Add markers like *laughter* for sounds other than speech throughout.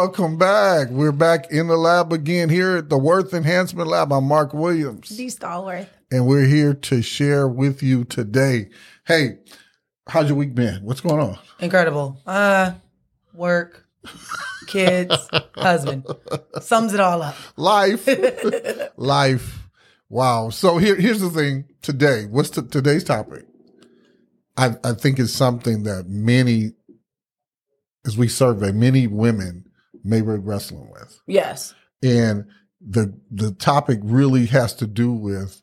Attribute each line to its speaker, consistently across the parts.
Speaker 1: Welcome back. We're back in the lab again here at the Worth Enhancement Lab. I'm Mark Williams,
Speaker 2: D Stallworth.
Speaker 1: and we're here to share with you today. Hey, how's your week been? What's going on?
Speaker 2: Incredible. Uh work, kids, husband. Sums it all up.
Speaker 1: Life, *laughs* life. Wow. So here, here's the thing. Today, what's t- today's topic? I, I think it's something that many, as we survey, many women may be wrestling with.
Speaker 2: Yes.
Speaker 1: and the the topic really has to do with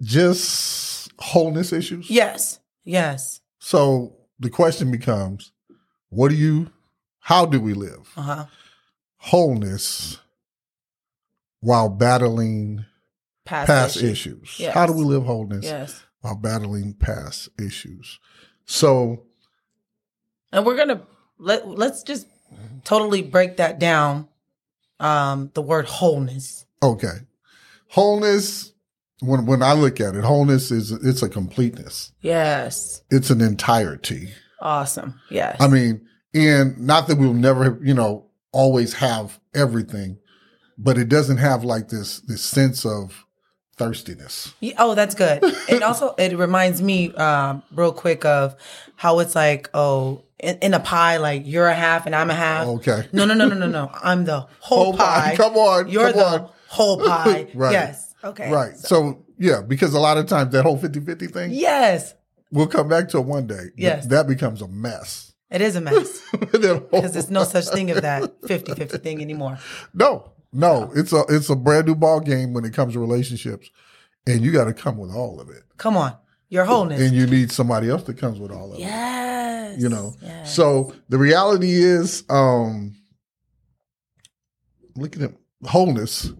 Speaker 1: just wholeness issues.
Speaker 2: Yes. Yes.
Speaker 1: So the question becomes, what do you how do we live
Speaker 2: Uh-huh.
Speaker 1: wholeness while battling
Speaker 2: Past,
Speaker 1: past,
Speaker 2: issues.
Speaker 1: issues?
Speaker 2: Yes.
Speaker 1: How do we live wholeness
Speaker 2: Yes.
Speaker 1: while battling past issues? So
Speaker 2: And we're gonna let let's just totally break that down. Um, the word wholeness.
Speaker 1: okay. Wholeness when when I look at it, wholeness is it's a completeness.
Speaker 2: Yes.
Speaker 1: It's an entirety.
Speaker 2: Awesome. Yes.
Speaker 1: I mean, and not that we'll never, you know, always have everything, but it doesn't have like this this sense of thirstiness.
Speaker 2: Yeah, Oh, that's good.
Speaker 1: *laughs*
Speaker 2: And also, it reminds me um, real quick of how it's like, oh, in, in a pie, like you're a half and I'm a half.
Speaker 1: Okay.
Speaker 2: No, no, no, no, no, no. I'm the whole,
Speaker 1: Whole pie.
Speaker 2: pie.
Speaker 1: Come on,
Speaker 2: You're
Speaker 1: come
Speaker 2: the
Speaker 1: on. *laughs*
Speaker 2: whole pie.
Speaker 1: Right.
Speaker 2: Yes. Okay.
Speaker 1: Right. So, yeah, because a lot of times that whole 50-50 thing,
Speaker 2: Yes.
Speaker 1: we'll come back to it one day. but
Speaker 2: Yes.
Speaker 1: That becomes a mess. *laughs*
Speaker 2: It is a mess
Speaker 1: That whole-
Speaker 2: because there's no such thing as
Speaker 1: *laughs*
Speaker 2: that 50 50 thing anymore.
Speaker 1: no, no, it's a it's a brand new ball game when it comes to relationships. And you gotta come with all of it.
Speaker 2: Come on. Your wholeness.
Speaker 1: And you need somebody else that comes with all of it.
Speaker 2: yes.
Speaker 1: you know
Speaker 2: Yes.
Speaker 1: so the reality is um looking at wholeness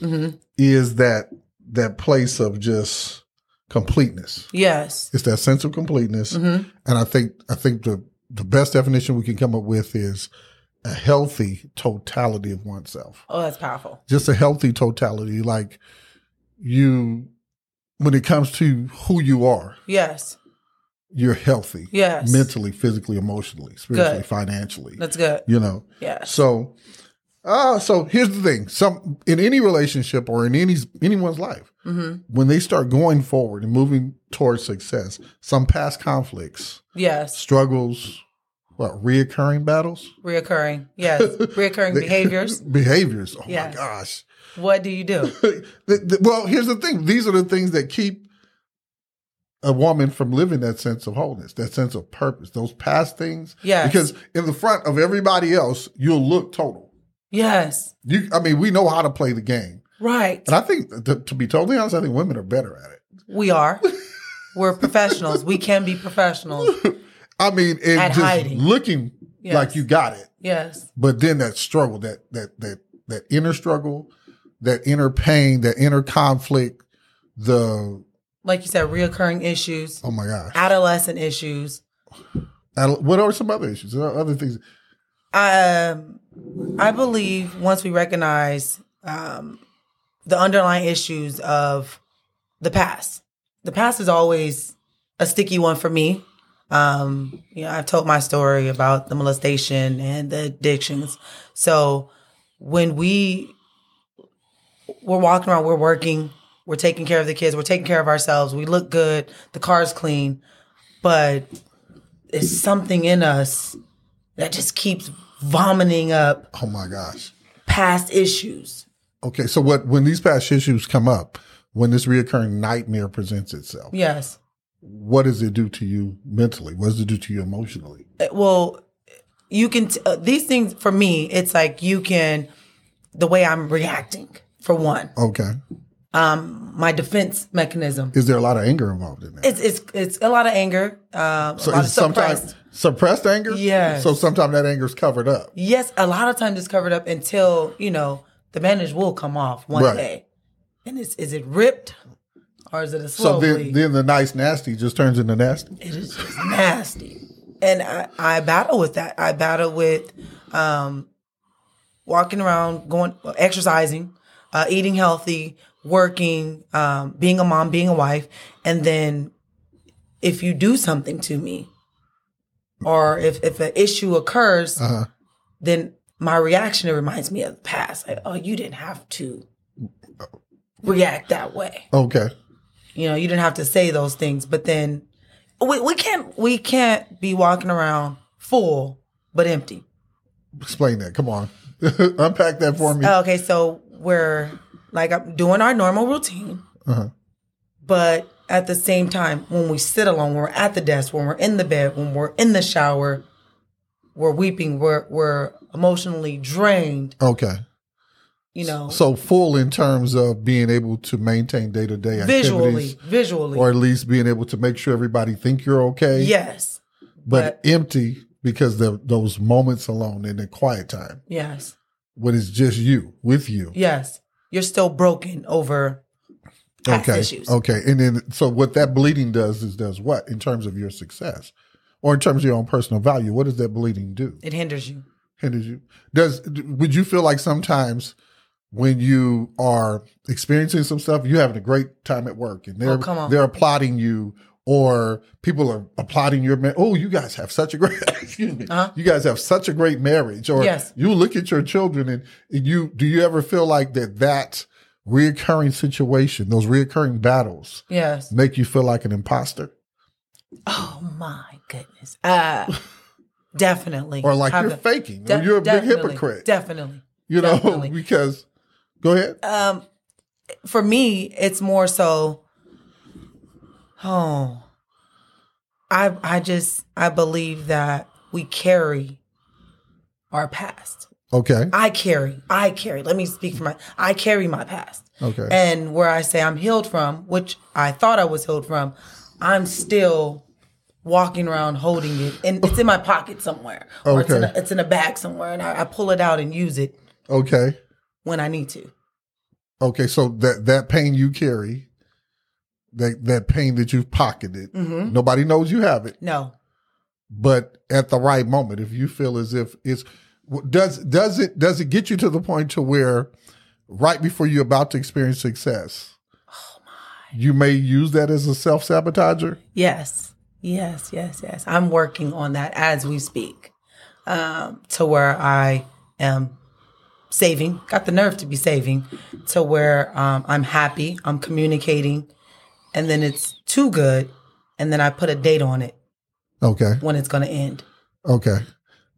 Speaker 2: Mhm.
Speaker 1: is that that place of just completeness
Speaker 2: Yes.
Speaker 1: it's that sense of completeness
Speaker 2: Mhm.
Speaker 1: and i think i think the the best definition we can come up with is a healthy totality of oneself
Speaker 2: Oh, that's powerful.
Speaker 1: just a healthy totality like you when it comes to who you are
Speaker 2: Yes.
Speaker 1: you're healthy
Speaker 2: Yes.
Speaker 1: mentally physically emotionally spiritually
Speaker 2: Good.
Speaker 1: financially
Speaker 2: That's good.
Speaker 1: you know
Speaker 2: Yes.
Speaker 1: so uh so here's the thing some in any relationship or in any anyone's life
Speaker 2: Mm-hmm.
Speaker 1: when they start going forward and moving towards success some past conflicts
Speaker 2: Yes.
Speaker 1: struggles what reoccurring battles
Speaker 2: Reoccurring.
Speaker 1: *laughs*
Speaker 2: Yes. Reoccurring behaviors.
Speaker 1: behaviors oh
Speaker 2: Yes.
Speaker 1: my gosh
Speaker 2: What do you do?
Speaker 1: The- the- well here's the thing these are the things that keep a woman from living that sense of wholeness that sense of purpose those past things
Speaker 2: Yes.
Speaker 1: because in the front of everybody else you'll look total
Speaker 2: Yes.
Speaker 1: you i mean we know how to play the game
Speaker 2: Right.
Speaker 1: And I think, to, to be totally honest, I think women are better at it.
Speaker 2: We are. We're professionals. We can
Speaker 1: *laughs*
Speaker 2: be professionals.
Speaker 1: I mean, and
Speaker 2: At
Speaker 1: just
Speaker 2: hiding.
Speaker 1: looking
Speaker 2: Yes.
Speaker 1: like you got it,
Speaker 2: Yes.
Speaker 1: but then that struggle, that that that that inner struggle, that inner pain, that inner conflict, the
Speaker 2: Like you said, reoccurring issues,
Speaker 1: oh my gosh,
Speaker 2: adolescent issues.
Speaker 1: Adol- what are some other issues? There are other things.
Speaker 2: Um, I believe once we recognize um, the underlying issues of the past, the past is always a sticky one for me. Um, you know, I've told my story about the molestation and the addictions. So when we we're walking around, we're working, we're taking care of the kids, we're taking care of ourselves, we look good, the car's clean, but it's something in us that just keeps vomiting up
Speaker 1: Oh my gosh.
Speaker 2: past issues.
Speaker 1: Okay, so what when these past issues come up, when this reoccurring nightmare presents itself,
Speaker 2: Yes.
Speaker 1: what does it do to you mentally? What does it do to you emotionally?
Speaker 2: Uh, Well, you can, t- uh, these things for me, it's like you can, the way I'm reacting, for one,
Speaker 1: Okay,
Speaker 2: my defense mechanism.
Speaker 1: is there a lot of anger involved in that?
Speaker 2: It's, it's, it's a lot of anger, um, a
Speaker 1: So
Speaker 2: lot of
Speaker 1: is sometimes
Speaker 2: suppressed.
Speaker 1: suppressed anger.
Speaker 2: Yes.
Speaker 1: So sometimes that anger's covered up.
Speaker 2: Yes, a lot of times it's covered up until, you know, the bandage will come off one
Speaker 1: Right.
Speaker 2: day. And it's, is it ripped or is it a slow
Speaker 1: So then,
Speaker 2: bleed?
Speaker 1: then the nice nasty just turns into nasty.
Speaker 2: It is just nasty. And I, I battle with that. I battle with um, walking around, going exercising, uh, eating healthy, working, um, being a mom, being a wife. And then if you do something to me, or if, if an issue occurs,
Speaker 1: Uh-huh.
Speaker 2: then my reaction it reminds me of the past. Like, oh, you didn't have to react that way.
Speaker 1: Okay.
Speaker 2: You know, you didn't have to say those things. But then we, we can't we can't be walking around full but empty.
Speaker 1: Explain that. Come on. *laughs* Unpack that for me.
Speaker 2: Okay, so we're like I'm doing our normal routine,
Speaker 1: Uh-huh.
Speaker 2: but at the same time, when we sit alone, when we're at the desk, when we're in the bed, when we're in the shower, we're weeping, we're we're emotionally drained.
Speaker 1: Okay.
Speaker 2: You know,
Speaker 1: So full in terms of being able to maintain day to day activities,
Speaker 2: visually, visually,
Speaker 1: or at least being able to make sure everybody think you're okay.
Speaker 2: yes,
Speaker 1: but empty because the, those moments alone in the quiet time
Speaker 2: yes,
Speaker 1: when it's just you with you.
Speaker 2: yes. You're still broken over past
Speaker 1: okay.
Speaker 2: issues.
Speaker 1: Okay. And then so what that bleeding does is does what in terms of your success, or in terms of your own personal value? What does that bleeding do?
Speaker 2: It hinders you.
Speaker 1: Hinders you? Does would you feel like sometimes? When you are experiencing some stuff, you're having a great time at work, and they're
Speaker 2: Oh, come on.
Speaker 1: they're applauding you, or people are applauding your man. Oh, you guys have such a great *laughs* excuse me.
Speaker 2: Uh-huh.
Speaker 1: You guys have such a great marriage, or
Speaker 2: Yes.
Speaker 1: you look at your children and, and you do you ever feel like that that reoccurring situation, those reoccurring battles,
Speaker 2: Yes.
Speaker 1: make you feel like an imposter
Speaker 2: Oh my goodness.
Speaker 1: *laughs*
Speaker 2: Uh, definitely.
Speaker 1: or like
Speaker 2: Have
Speaker 1: you're
Speaker 2: the-
Speaker 1: faking
Speaker 2: de-
Speaker 1: or you're a big
Speaker 2: definitely,
Speaker 1: hypocrite
Speaker 2: Definitely.
Speaker 1: you know
Speaker 2: definitely.
Speaker 1: *laughs* because go ahead
Speaker 2: um for me it's more so oh i i just i believe that we carry our past
Speaker 1: okay
Speaker 2: i carry i carry let me speak for my i carry my past
Speaker 1: okay
Speaker 2: and where i say i'm healed from which i thought i was healed from i'm still walking around holding it and it's in my pocket somewhere or it's, in a,
Speaker 1: Okay.
Speaker 2: it's in a bag somewhere and I, I pull it out and use it
Speaker 1: okay
Speaker 2: when i need to
Speaker 1: okay so that that pain you carry that that pain that you've pocketed
Speaker 2: Mm-hmm.
Speaker 1: nobody knows you have it
Speaker 2: no
Speaker 1: but at the right moment if you feel as if it's does does it does it get you to the point to where right before you're about to experience success
Speaker 2: Oh,
Speaker 1: you may use that as a self-sabotager
Speaker 2: Yes, yes, yes, yes. I'm working on that as we speak um, to where I am saving, got the nerve to be saving, to where um, I'm happy, I'm communicating, and then it's too good. And then I put a date on it
Speaker 1: okay
Speaker 2: when it's going to end.
Speaker 1: okay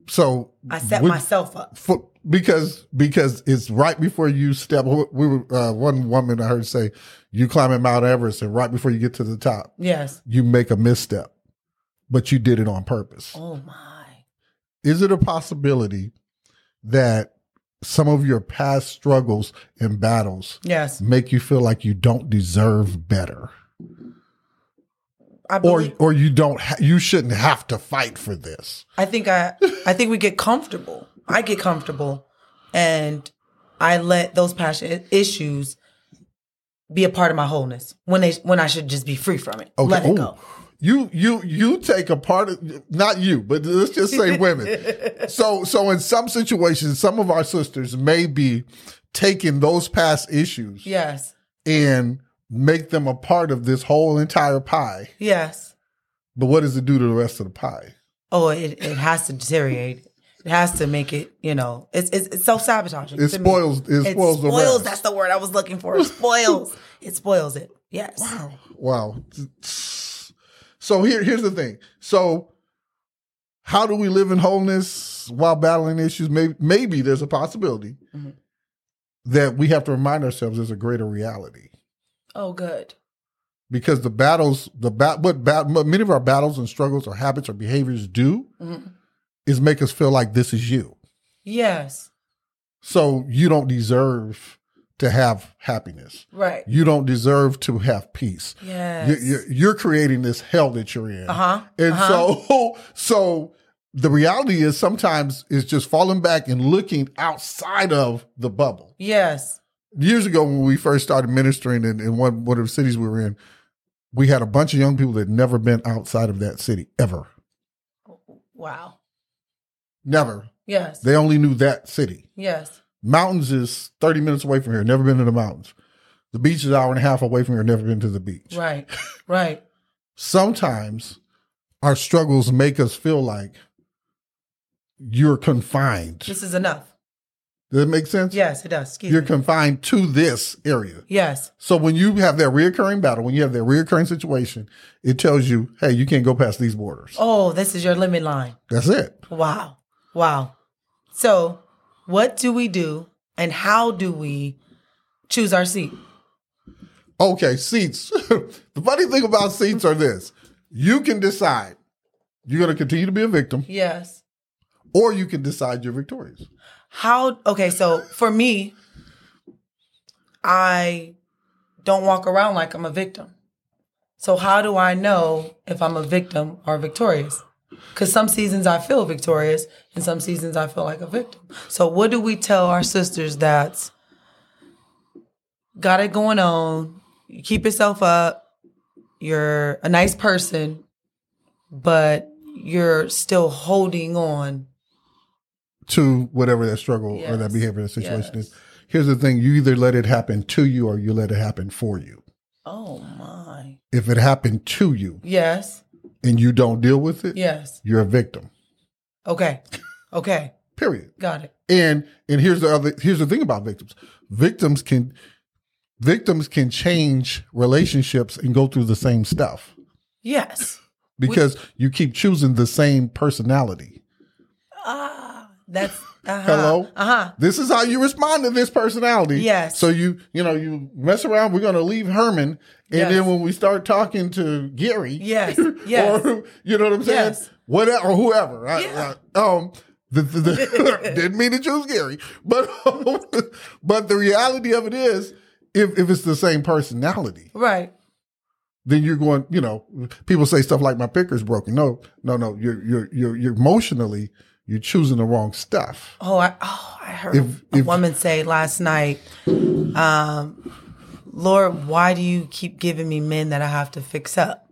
Speaker 1: so
Speaker 2: I set
Speaker 1: would-
Speaker 2: myself up.
Speaker 1: for, because because it's right before you step we were uh, one woman i heard say you climbing mount everest and right before you get to the top
Speaker 2: Yes.
Speaker 1: you make a misstep but you did it on purpose
Speaker 2: Oh my.
Speaker 1: is it a possibility that some of your past struggles and battles
Speaker 2: Yes.
Speaker 1: make you feel like you don't deserve better
Speaker 2: I
Speaker 1: or
Speaker 2: believe,
Speaker 1: or you don't ha- you shouldn't have to fight for this
Speaker 2: I think I I think we get comfortable. I get comfortable and I let those passion i- issues be a part of my wholeness when they when I should just be free from it. Let it
Speaker 1: Ooh.
Speaker 2: go.
Speaker 1: you you you take a part of not you but let's just say
Speaker 2: *laughs*
Speaker 1: women so so in some situations some of our sisters may be taking those past issues
Speaker 2: Yes.
Speaker 1: and make them a part of this whole entire pie
Speaker 2: Yes.
Speaker 1: but what does it do to the rest of the pie
Speaker 2: Oh, it, it has to deteriorate. It has to make it, you know, it's it's, it's self sabotaging.
Speaker 1: it spoils it
Speaker 2: It
Speaker 1: spoils,
Speaker 2: spoils.
Speaker 1: the rest
Speaker 2: that's the word I was looking for.
Speaker 1: *laughs*
Speaker 2: It spoils. it spoils it. Yes.
Speaker 1: Wow. Wow. So here, here's the thing. So how do we live in wholeness while battling issues? Maybe, maybe there's a possibility
Speaker 2: Mhm.
Speaker 1: that we have to remind ourselves there's a greater reality
Speaker 2: Oh, good.
Speaker 1: because the battles, the bat, what, bat, what many of our battles and struggles or habits or behaviors do
Speaker 2: Mhm.
Speaker 1: is make us feel like this is you.
Speaker 2: Yes.
Speaker 1: So you don't deserve to have happiness.
Speaker 2: Right.
Speaker 1: You don't deserve to have peace. You-
Speaker 2: Yes.
Speaker 1: You're, you're creating this hell that you're in.
Speaker 2: Uh huh.
Speaker 1: And
Speaker 2: uh-huh.
Speaker 1: so, *laughs* so the reality is sometimes it's just falling back and looking outside of the bubble.
Speaker 2: Yes.
Speaker 1: Years ago, when we first started ministering in, in one, one of the cities we were in, we had a bunch of young people that had never been outside of that city ever.
Speaker 2: Wow.
Speaker 1: Never.
Speaker 2: Yes.
Speaker 1: They only knew that city.
Speaker 2: yes.
Speaker 1: Mountains is 30 minutes away from here, never been to the mountains. The beach is an hour and a half away from here, never been to the beach.
Speaker 2: Right. Right.
Speaker 1: Sometimes our struggles make us feel like you're confined.
Speaker 2: This is enough.
Speaker 1: Does that make sense?
Speaker 2: Yes, it does. Excuse
Speaker 1: You're
Speaker 2: me.
Speaker 1: confined to this area.
Speaker 2: yes.
Speaker 1: So when you have that reoccurring battle, when you have that reoccurring situation, it tells you, hey, you can't go past these borders.
Speaker 2: Oh, this is your limit line.
Speaker 1: That's it.
Speaker 2: Wow. Wow. So, what do we do and how do we choose our seat?
Speaker 1: Okay, seats. *laughs* the funny thing about seats are this you can decide you're going to continue to be a victim,
Speaker 2: Yes.
Speaker 1: or you can decide you're victorious.
Speaker 2: How okay, so for me, I don't walk around like I'm a victim. So how do I know if I'm a victim or victorious? Because some seasons I feel victorious and some seasons I feel like a victim. So what do we tell our sisters that's got it going on? You keep yourself up. You're a nice person, but you're still holding on.
Speaker 1: to whatever that struggle or
Speaker 2: Yes.
Speaker 1: that behavior, that situation
Speaker 2: Yes.
Speaker 1: is. Here's the thing you either let it happen to you or you let it happen for you.
Speaker 2: Oh my.
Speaker 1: If it happened to you
Speaker 2: Yes.
Speaker 1: and you don't deal with it,
Speaker 2: Yes.
Speaker 1: you're a victim,
Speaker 2: Okay. Okay.
Speaker 1: period.
Speaker 2: Got it.
Speaker 1: And and here's the other here's the thing about victims. Victims can victims can change relationships and go through the same stuff
Speaker 2: Yes.
Speaker 1: because you keep choosing the same personality.
Speaker 2: Ah, that's uh-huh.
Speaker 1: Hello?
Speaker 2: Uh huh.
Speaker 1: This is how you respond to this personality.
Speaker 2: Yes.
Speaker 1: So you you know you mess around. We're gonna leave Herman, and
Speaker 2: Yes.
Speaker 1: then when we start talking to Gary,
Speaker 2: Yes.
Speaker 1: *laughs*
Speaker 2: Yes.
Speaker 1: or you know what I'm saying,
Speaker 2: Yes.
Speaker 1: whatever or whoever. I-
Speaker 2: Yeah.
Speaker 1: I- um, the, the, the, *laughs* didn't mean to choose Gary, but um, *laughs* but the reality of it is, if if it's the same personality,
Speaker 2: Right.
Speaker 1: then you're going. You know, people say stuff like my picker's broken. No, no, no. You're you're you're, you're emotionally you're choosing the wrong stuff.
Speaker 2: Oh, I oh I heard
Speaker 1: If-
Speaker 2: a
Speaker 1: if-
Speaker 2: woman say last night, um, Lord, why do you keep giving me men that I have to fix up?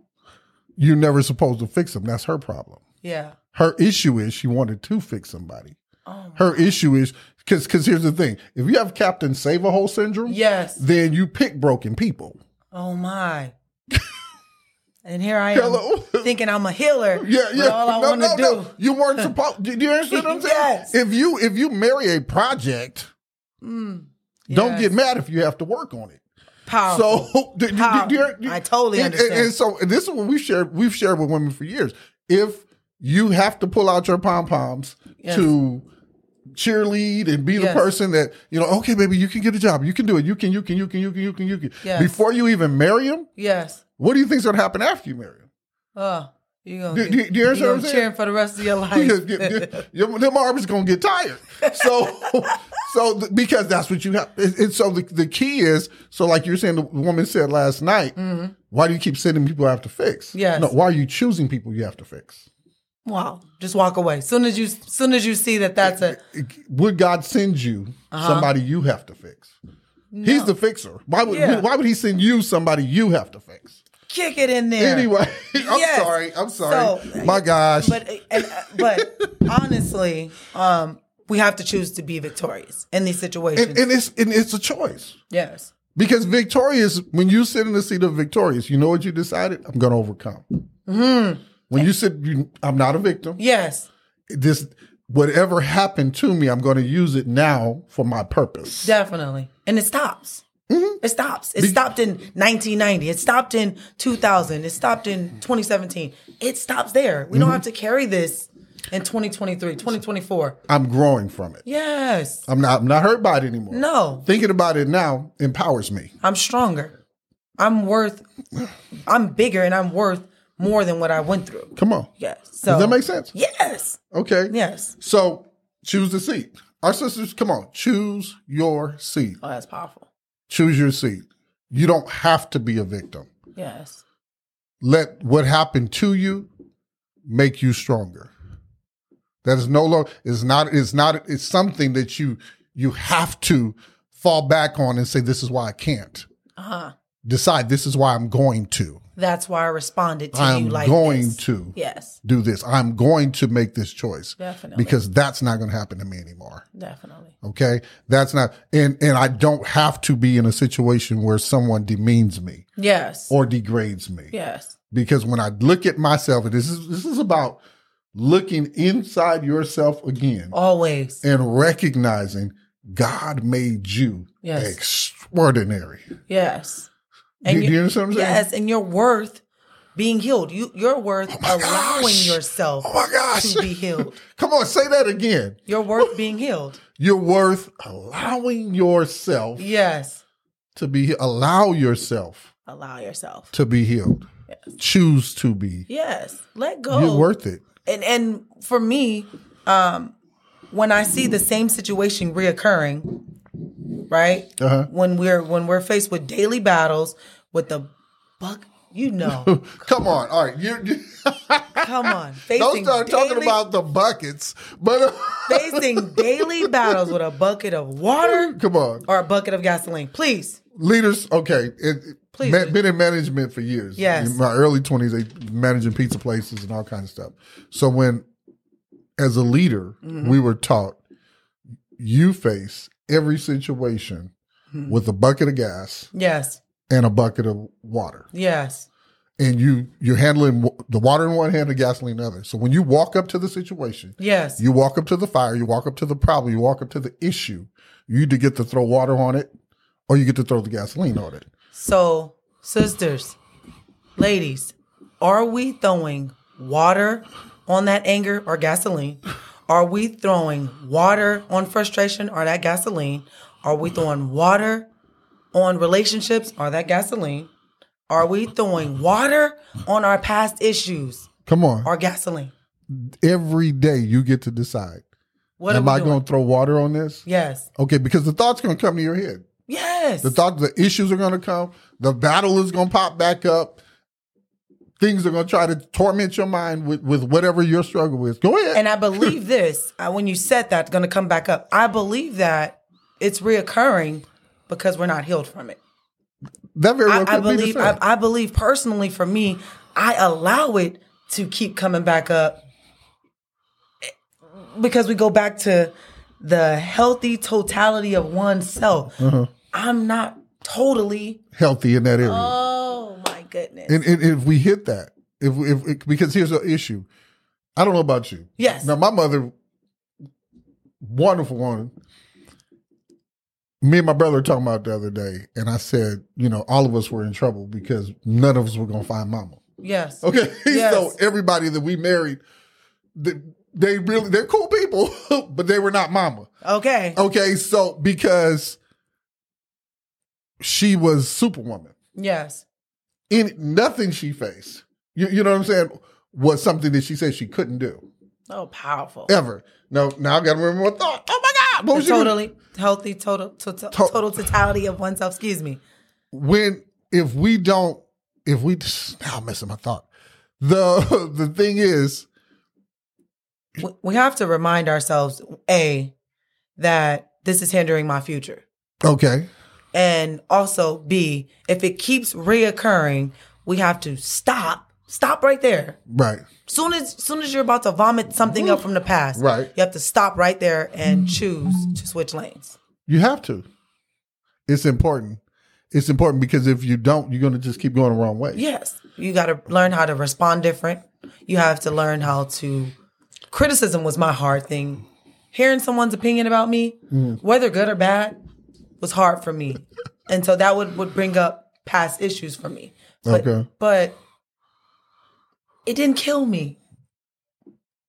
Speaker 1: You're never supposed to fix them. That's her problem.
Speaker 2: Yeah.
Speaker 1: Her issue is she wanted to fix somebody.
Speaker 2: Oh.
Speaker 1: Her issue is because because here's the thing: if you have Captain Save a Hole syndrome,
Speaker 2: Yes.
Speaker 1: then you pick broken people.
Speaker 2: Oh my. and here I am
Speaker 1: Hello. *laughs*
Speaker 2: thinking I'm a healer.
Speaker 1: Yeah,
Speaker 2: but
Speaker 1: yeah.
Speaker 2: All I
Speaker 1: no,
Speaker 2: want to
Speaker 1: no,
Speaker 2: do.
Speaker 1: no. You weren't supposed. Do you understand what I'm saying?
Speaker 2: *laughs* Yes.
Speaker 1: If you if you marry a project, don't
Speaker 2: Hmm. Yes.
Speaker 1: get mad if you have to work on it.
Speaker 2: powerful.
Speaker 1: So *laughs* do- do- do-
Speaker 2: How?
Speaker 1: do you-
Speaker 2: I totally
Speaker 1: and, and-
Speaker 2: understand.
Speaker 1: And so this is what we shared. We've shared with women for years. If you have to pull out your pom poms
Speaker 2: Yes.
Speaker 1: to cheerlead and be the
Speaker 2: Yes.
Speaker 1: person that you know, okay, baby, you can get a job. You can do it. You can. You can. You can. You can. You can. You can.
Speaker 2: Yes.
Speaker 1: Before you even marry him,
Speaker 2: yes.
Speaker 1: what do you think's going to happen after you marry him?
Speaker 2: Oh, you gonna
Speaker 1: Do-
Speaker 2: be,
Speaker 1: do- do you
Speaker 2: you're
Speaker 1: understand what I'm
Speaker 2: gonna
Speaker 1: saying?
Speaker 2: cheering for the
Speaker 1: *laughs*
Speaker 2: rest of your
Speaker 1: Because
Speaker 2: life.
Speaker 1: your, your, them arms gonna get tired. So,
Speaker 2: *laughs*
Speaker 1: so th- because that's what you have. And, and so the, the key is so like you're saying the woman said last night. Why do you keep sending people I have to fix?
Speaker 2: Mm-hmm. Yes.
Speaker 1: No. Why are you choosing people you have to fix?
Speaker 2: wow, just walk away. Soon as you, soon as you see that, that's a
Speaker 1: Would God send you
Speaker 2: Uh-huh.
Speaker 1: somebody you have to fix? He's the fixer. Why would
Speaker 2: Yeah.
Speaker 1: Why would he send you somebody you have to fix?
Speaker 2: kick it in there.
Speaker 1: Anyway, *laughs* I'm
Speaker 2: Yes.
Speaker 1: sorry. I'm sorry.
Speaker 2: So-
Speaker 1: My gosh.
Speaker 2: but and, uh,
Speaker 1: *laughs*
Speaker 2: but honestly, um, we have to choose to be victorious in these situations.
Speaker 1: and, and it's and it's a choice.
Speaker 2: yes,
Speaker 1: Because victorious, when you sit in the seat of victorious, you know what you decided? I'm going to overcome. When you sit, you, I'm not a victim.
Speaker 2: yes,
Speaker 1: This, whatever happened to me, I'm going to use it now for my purpose.
Speaker 2: definitely. And it stops.
Speaker 1: Mm-hmm.
Speaker 2: It stops. It stopped in 1990. It stopped in 2000. It stopped in 2017. It stops there. We
Speaker 1: Mm-hmm.
Speaker 2: don't have to carry this in 2023, 2024.
Speaker 1: I'm growing from it.
Speaker 2: Yes.
Speaker 1: I'm not, I'm not hurt by it anymore.
Speaker 2: No.
Speaker 1: Thinking about it now empowers me.
Speaker 2: I'm stronger. I'm worth. I'm bigger, and I'm worth more than what I went through.
Speaker 1: Come on.
Speaker 2: Yes. So
Speaker 1: Does that make sense?
Speaker 2: Yes.
Speaker 1: Okay.
Speaker 2: Yes.
Speaker 1: So choose the seat. Our sisters, come on, choose your seat.
Speaker 2: Oh, that's powerful.
Speaker 1: Choose your seat. You don't have to be a victim.
Speaker 2: Yes.
Speaker 1: let what happened to you make you stronger. That is no longer it's not it's not it's something that you you have to fall back on and say this is why I can't.
Speaker 2: Uh huh.
Speaker 1: Decide this is why I'm going to.
Speaker 2: That's why I responded to
Speaker 1: I'm
Speaker 2: you like
Speaker 1: going
Speaker 2: this.
Speaker 1: to
Speaker 2: Yes.
Speaker 1: do this. I'm going to make this choice
Speaker 2: Definitely.
Speaker 1: because that's not going to happen to me anymore.
Speaker 2: Definitely.
Speaker 1: Okay? That's not and and I don't have to be in a situation where someone demeans me
Speaker 2: Yes.
Speaker 1: or degrades me.
Speaker 2: yes.
Speaker 1: because when I look at myself, and this is this is about looking inside yourself again
Speaker 2: Oh. Always.
Speaker 1: and recognizing God made you
Speaker 2: Yes.
Speaker 1: extraordinary.
Speaker 2: Yes.
Speaker 1: Do,
Speaker 2: And
Speaker 1: do
Speaker 2: you-
Speaker 1: you understand what I'm saying?
Speaker 2: Yes, and your worth being healed. You your worth
Speaker 1: Oh my
Speaker 2: allowing
Speaker 1: gosh.
Speaker 2: yourself
Speaker 1: Oh my gosh.
Speaker 2: to *laughs* be healed.
Speaker 1: Come on, say that again.
Speaker 2: Your worth being healed.
Speaker 1: You're worth allowing yourself
Speaker 2: Yes.
Speaker 1: to be allow yourself
Speaker 2: Allow yourself.
Speaker 1: to be healed. Choose to be.
Speaker 2: Yes. Let go.
Speaker 1: You're worth it. *laughs*
Speaker 2: and and for me, um, when I see the same situation reoccurring, right?
Speaker 1: Uh-huh.
Speaker 2: When we're when we're faced with daily battles with the buck, you know,
Speaker 1: Come on. All right. You're, *laughs* you
Speaker 2: come
Speaker 1: *laughs*
Speaker 2: on,
Speaker 1: don't
Speaker 2: facing
Speaker 1: start talking
Speaker 2: daily-
Speaker 1: about *laughs* the buckets, but *laughs*
Speaker 2: facing daily battles with a bucket of water
Speaker 1: *laughs* come on.
Speaker 2: or a bucket of gasoline, please.
Speaker 1: leaders okay it,
Speaker 2: Please
Speaker 1: ma-
Speaker 2: do.
Speaker 1: been in management for years
Speaker 2: Yes.
Speaker 1: in my early 20s they managing pizza places and all kinds of stuff so when as a leader
Speaker 2: Mm-hmm.
Speaker 1: we were taught you face every situation
Speaker 2: Hmm.
Speaker 1: with a bucket of gas
Speaker 2: Yes,
Speaker 1: and a bucket of water
Speaker 2: yes,
Speaker 1: and you you're handling w- the water in one hand and gasoline in the other so when you walk up to the situation
Speaker 2: yes,
Speaker 1: you walk up to the fire, you walk up to the problem, you walk up to the issue. You either get to throw water on it or you get to throw the gasoline on it.
Speaker 2: So, sisters, ladies, are we throwing water on that anger or gasoline? Are we throwing water on frustration or that gasoline? Are we throwing water on relationships or that gasoline? Are we throwing water on our past issues
Speaker 1: Come on.
Speaker 2: or gasoline?
Speaker 1: every day you get to decide
Speaker 2: What
Speaker 1: am
Speaker 2: are we
Speaker 1: i
Speaker 2: doing?
Speaker 1: going to throw water on this
Speaker 2: yes.
Speaker 1: okay because the thoughts going to come to your head
Speaker 2: Yes.
Speaker 1: the thought the issues are going to come the battle is going to pop back up things are going to try to torment your mind with, with whatever your struggle is go ahead
Speaker 2: And
Speaker 1: *laughs*
Speaker 2: I believe this uh, when you said that's going to come back up. I believe that it's reoccurring because we're not healed from it.
Speaker 1: that very well
Speaker 2: I,
Speaker 1: could
Speaker 2: I
Speaker 1: be the
Speaker 2: believe.
Speaker 1: same.
Speaker 2: I, I believe personally for me, I allow it to keep coming back up because we go back to the healthy totality of oneself.
Speaker 1: Uh-huh.
Speaker 2: I'm not totally.
Speaker 1: healthy in that area
Speaker 2: Oh my goodness.
Speaker 1: and, and if we hit that if, if because here's the issue i don't know about you
Speaker 2: Yes.
Speaker 1: now my mother wonderful woman me and my brother were talking about it the other day and i said you know all of us were in trouble because none of us were going to find mama
Speaker 2: yes.
Speaker 1: okay *laughs*
Speaker 2: Yes.
Speaker 1: so everybody that we married they, they really they're cool people *laughs* but they were not mama
Speaker 2: Okay.
Speaker 1: okay so because she was superwoman
Speaker 2: Yes.
Speaker 1: in nothing she faced. You, you know what I'm saying? Was something that she said she couldn't do
Speaker 2: Oh, powerful.
Speaker 1: ever. No, now I got to remember my thought. Oh my God! What
Speaker 2: The
Speaker 1: was she doing?
Speaker 2: totally healthy total total,
Speaker 1: To-
Speaker 2: total totality of oneself. Excuse me.
Speaker 1: when if we don't if we now I'm messing my thought. The *laughs* the thing is,
Speaker 2: We- We have to remind ourselves a that this is hindering my future,
Speaker 1: okay,
Speaker 2: and also b if it keeps reoccurring, we have to stop. Stop right there.
Speaker 1: right,
Speaker 2: Soon as soon as you're about to vomit something up from the past,
Speaker 1: Right.
Speaker 2: You have to stop right there and choose to switch lanes.
Speaker 1: you have to. It's important. It's important because if you don't, you're going to just keep going the wrong way.
Speaker 2: Yes, you got to learn how to respond different. You have to learn how to. Criticism was my hard thing. Hearing someone's opinion about me, whether good or bad, was hard for me, and so that would would bring up past issues for me. But,
Speaker 1: Okay.
Speaker 2: but it didn't kill me.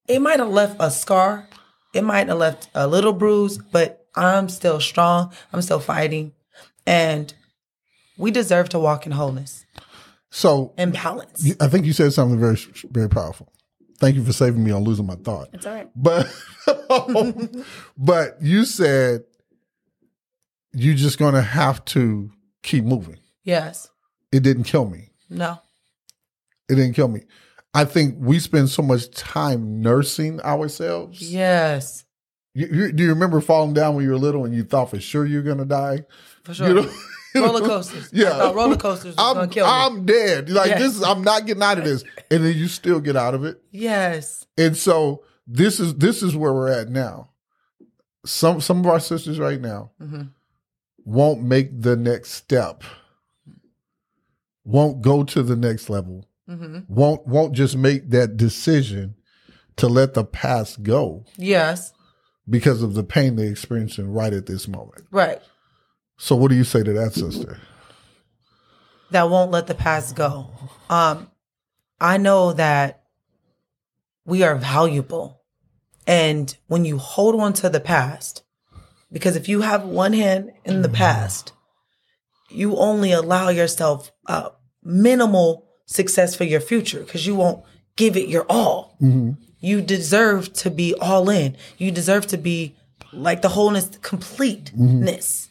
Speaker 2: It might have left a scar. It might have left a little bruise, but I'm still strong. I'm still fighting, and we deserve to walk in wholeness
Speaker 1: So
Speaker 2: and balance.
Speaker 1: I think you said something very very powerful. Thank you for saving me on losing my thought.
Speaker 2: It's all right.
Speaker 1: But *laughs* but you said you're just gonna have to keep moving.
Speaker 2: Yes.
Speaker 1: It didn't kill me.
Speaker 2: No.
Speaker 1: It didn't kill me. I think we spend so much time nursing ourselves.
Speaker 2: Yes.
Speaker 1: You, you, do you remember falling down when you were little and you thought for sure you're gonna die?
Speaker 2: For sure.
Speaker 1: You know-
Speaker 2: roller coasters. Yeah. I thought roller coasters was
Speaker 1: I'm,
Speaker 2: gonna kill me.
Speaker 1: I'm dead. Like
Speaker 2: Yeah.
Speaker 1: this, is, I'm not getting out of this. And then you still get out of it.
Speaker 2: yes.
Speaker 1: And so this is this is where we're at now. Some some of our sisters right now
Speaker 2: Mhm.
Speaker 1: won't make the next step, won't go to the next level
Speaker 2: Mm-hmm.
Speaker 1: won't won't just make that decision to let the past go
Speaker 2: Yes.
Speaker 1: because of the pain they're experiencing right at this moment.
Speaker 2: Right.
Speaker 1: So what do you say to that sister?
Speaker 2: that won't let the past go. Um, I know that we are valuable. And when you hold on to the past, because if you have one hand in the past, you only allow yourself uh, minimal success for your future because you won't give it your all. You deserve to be all in. You deserve to be like the wholeness, completeness.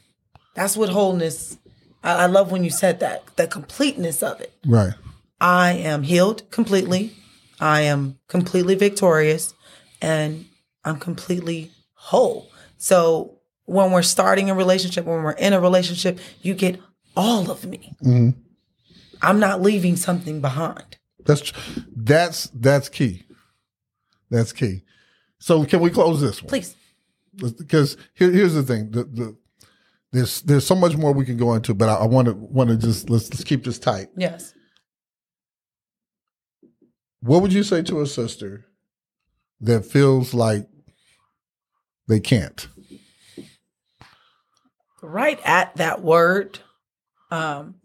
Speaker 2: That's what wholeness. I, I love when you said that the completeness of it.
Speaker 1: Right.
Speaker 2: I am healed completely. I am completely victorious, and I'm completely whole. So when we're starting a relationship, when we're in a relationship, you get all of me. I'm not leaving something behind.
Speaker 1: That's tr- that's that's key. That's key. So can we close this one?
Speaker 2: Please,
Speaker 1: Because here, here's the thing. The, the, there's there's so much more we can go into, but I want to want to just let's, let's keep this tight.
Speaker 2: yes,
Speaker 1: What would you say to a sister that feels like they can't?
Speaker 2: right at that word, um,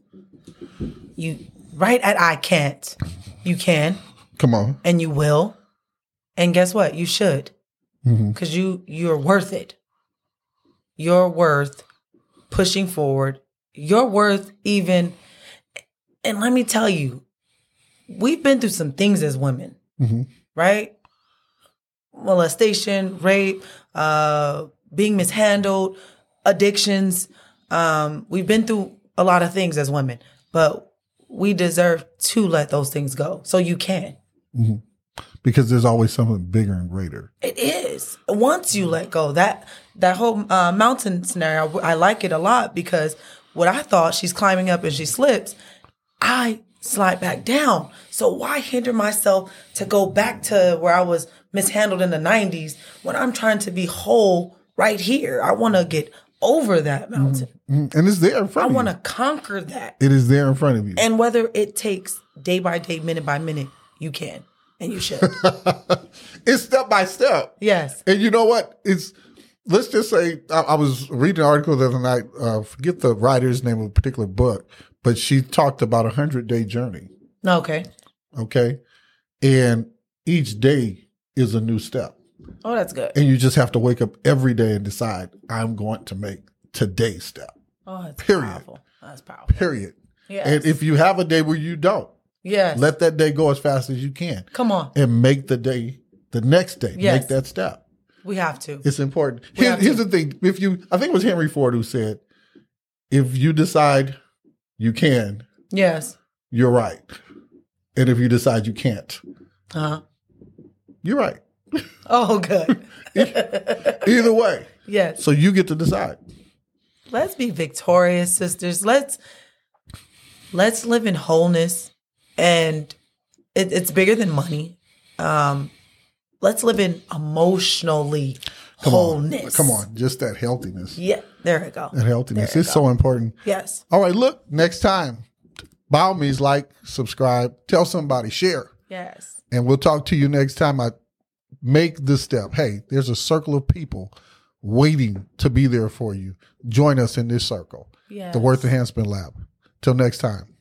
Speaker 2: you right at I can't. You can.
Speaker 1: Come on.
Speaker 2: and you will and guess what you should because you you're worth it you're worth pushing forward you're worth even and let me tell you we've been through some things as women
Speaker 1: Mhm.
Speaker 2: right molestation rape uh being mishandled addictions um we've been through a lot of things as women but we deserve to let those things go so you can
Speaker 1: Because there's always something bigger and greater.
Speaker 2: It is. Once you let go, that that whole uh, mountain scenario, I, I like it a lot because what I thought she's climbing up and she slips, I slide back down. So why hinder myself to go back to where I was mishandled in the '90s when I'm trying to be whole right here? I want to get over that mountain.
Speaker 1: Mm, And it's there in front
Speaker 2: I
Speaker 1: of
Speaker 2: want to conquer that.
Speaker 1: you. It is there in front of you.
Speaker 2: And whether it takes day by day, minute by minute, you can and you *laughs* should.
Speaker 1: it's step by step.
Speaker 2: yes.
Speaker 1: And you know what? It's let's just say I, I was reading an article the other night. Uh, forget the writer's name of a particular book, but she talked about a hundred day journey.
Speaker 2: Okay.
Speaker 1: Okay, and each day is a new step,
Speaker 2: Oh, that's good.
Speaker 1: and you just have to wake up every day and decide I'm going to make today's step.
Speaker 2: Oh, that's
Speaker 1: Period.
Speaker 2: powerful. That's powerful.
Speaker 1: Period.
Speaker 2: Yes.
Speaker 1: And if you have a day where you don't,
Speaker 2: yes.
Speaker 1: let that day go as fast as you can,
Speaker 2: Come on.
Speaker 1: and make the day the next day.
Speaker 2: Yes.
Speaker 1: Make that step.
Speaker 2: We have to.
Speaker 1: It's important.
Speaker 2: We
Speaker 1: Here,
Speaker 2: have to.
Speaker 1: here's the thing: if you, I think it was Henry Ford who said, "If you decide you can,
Speaker 2: Yes.
Speaker 1: you're right, and if you decide you can't,
Speaker 2: Uh-huh.
Speaker 1: you're right." *laughs*
Speaker 2: Oh, good.
Speaker 1: Either way,
Speaker 2: yes.
Speaker 1: so you get to decide.
Speaker 2: Let's be victorious, sisters. Let's let's live in wholeness, and it, it's bigger than money. Um, let's live in emotionally wholeness.
Speaker 1: Come on, just that healthiness.
Speaker 2: Yeah. There we go.
Speaker 1: That healthiness
Speaker 2: There
Speaker 1: is so important.
Speaker 2: Yes.
Speaker 1: All right, look, next time, by all means, like, subscribe, tell somebody, share,
Speaker 2: Yes.
Speaker 1: and we'll talk to you next time. I make this step. Hey, there's a circle of people waiting to be there for you. Join us in this circle.
Speaker 2: Yes.
Speaker 1: the Worth Enhancement Lab. Till next time.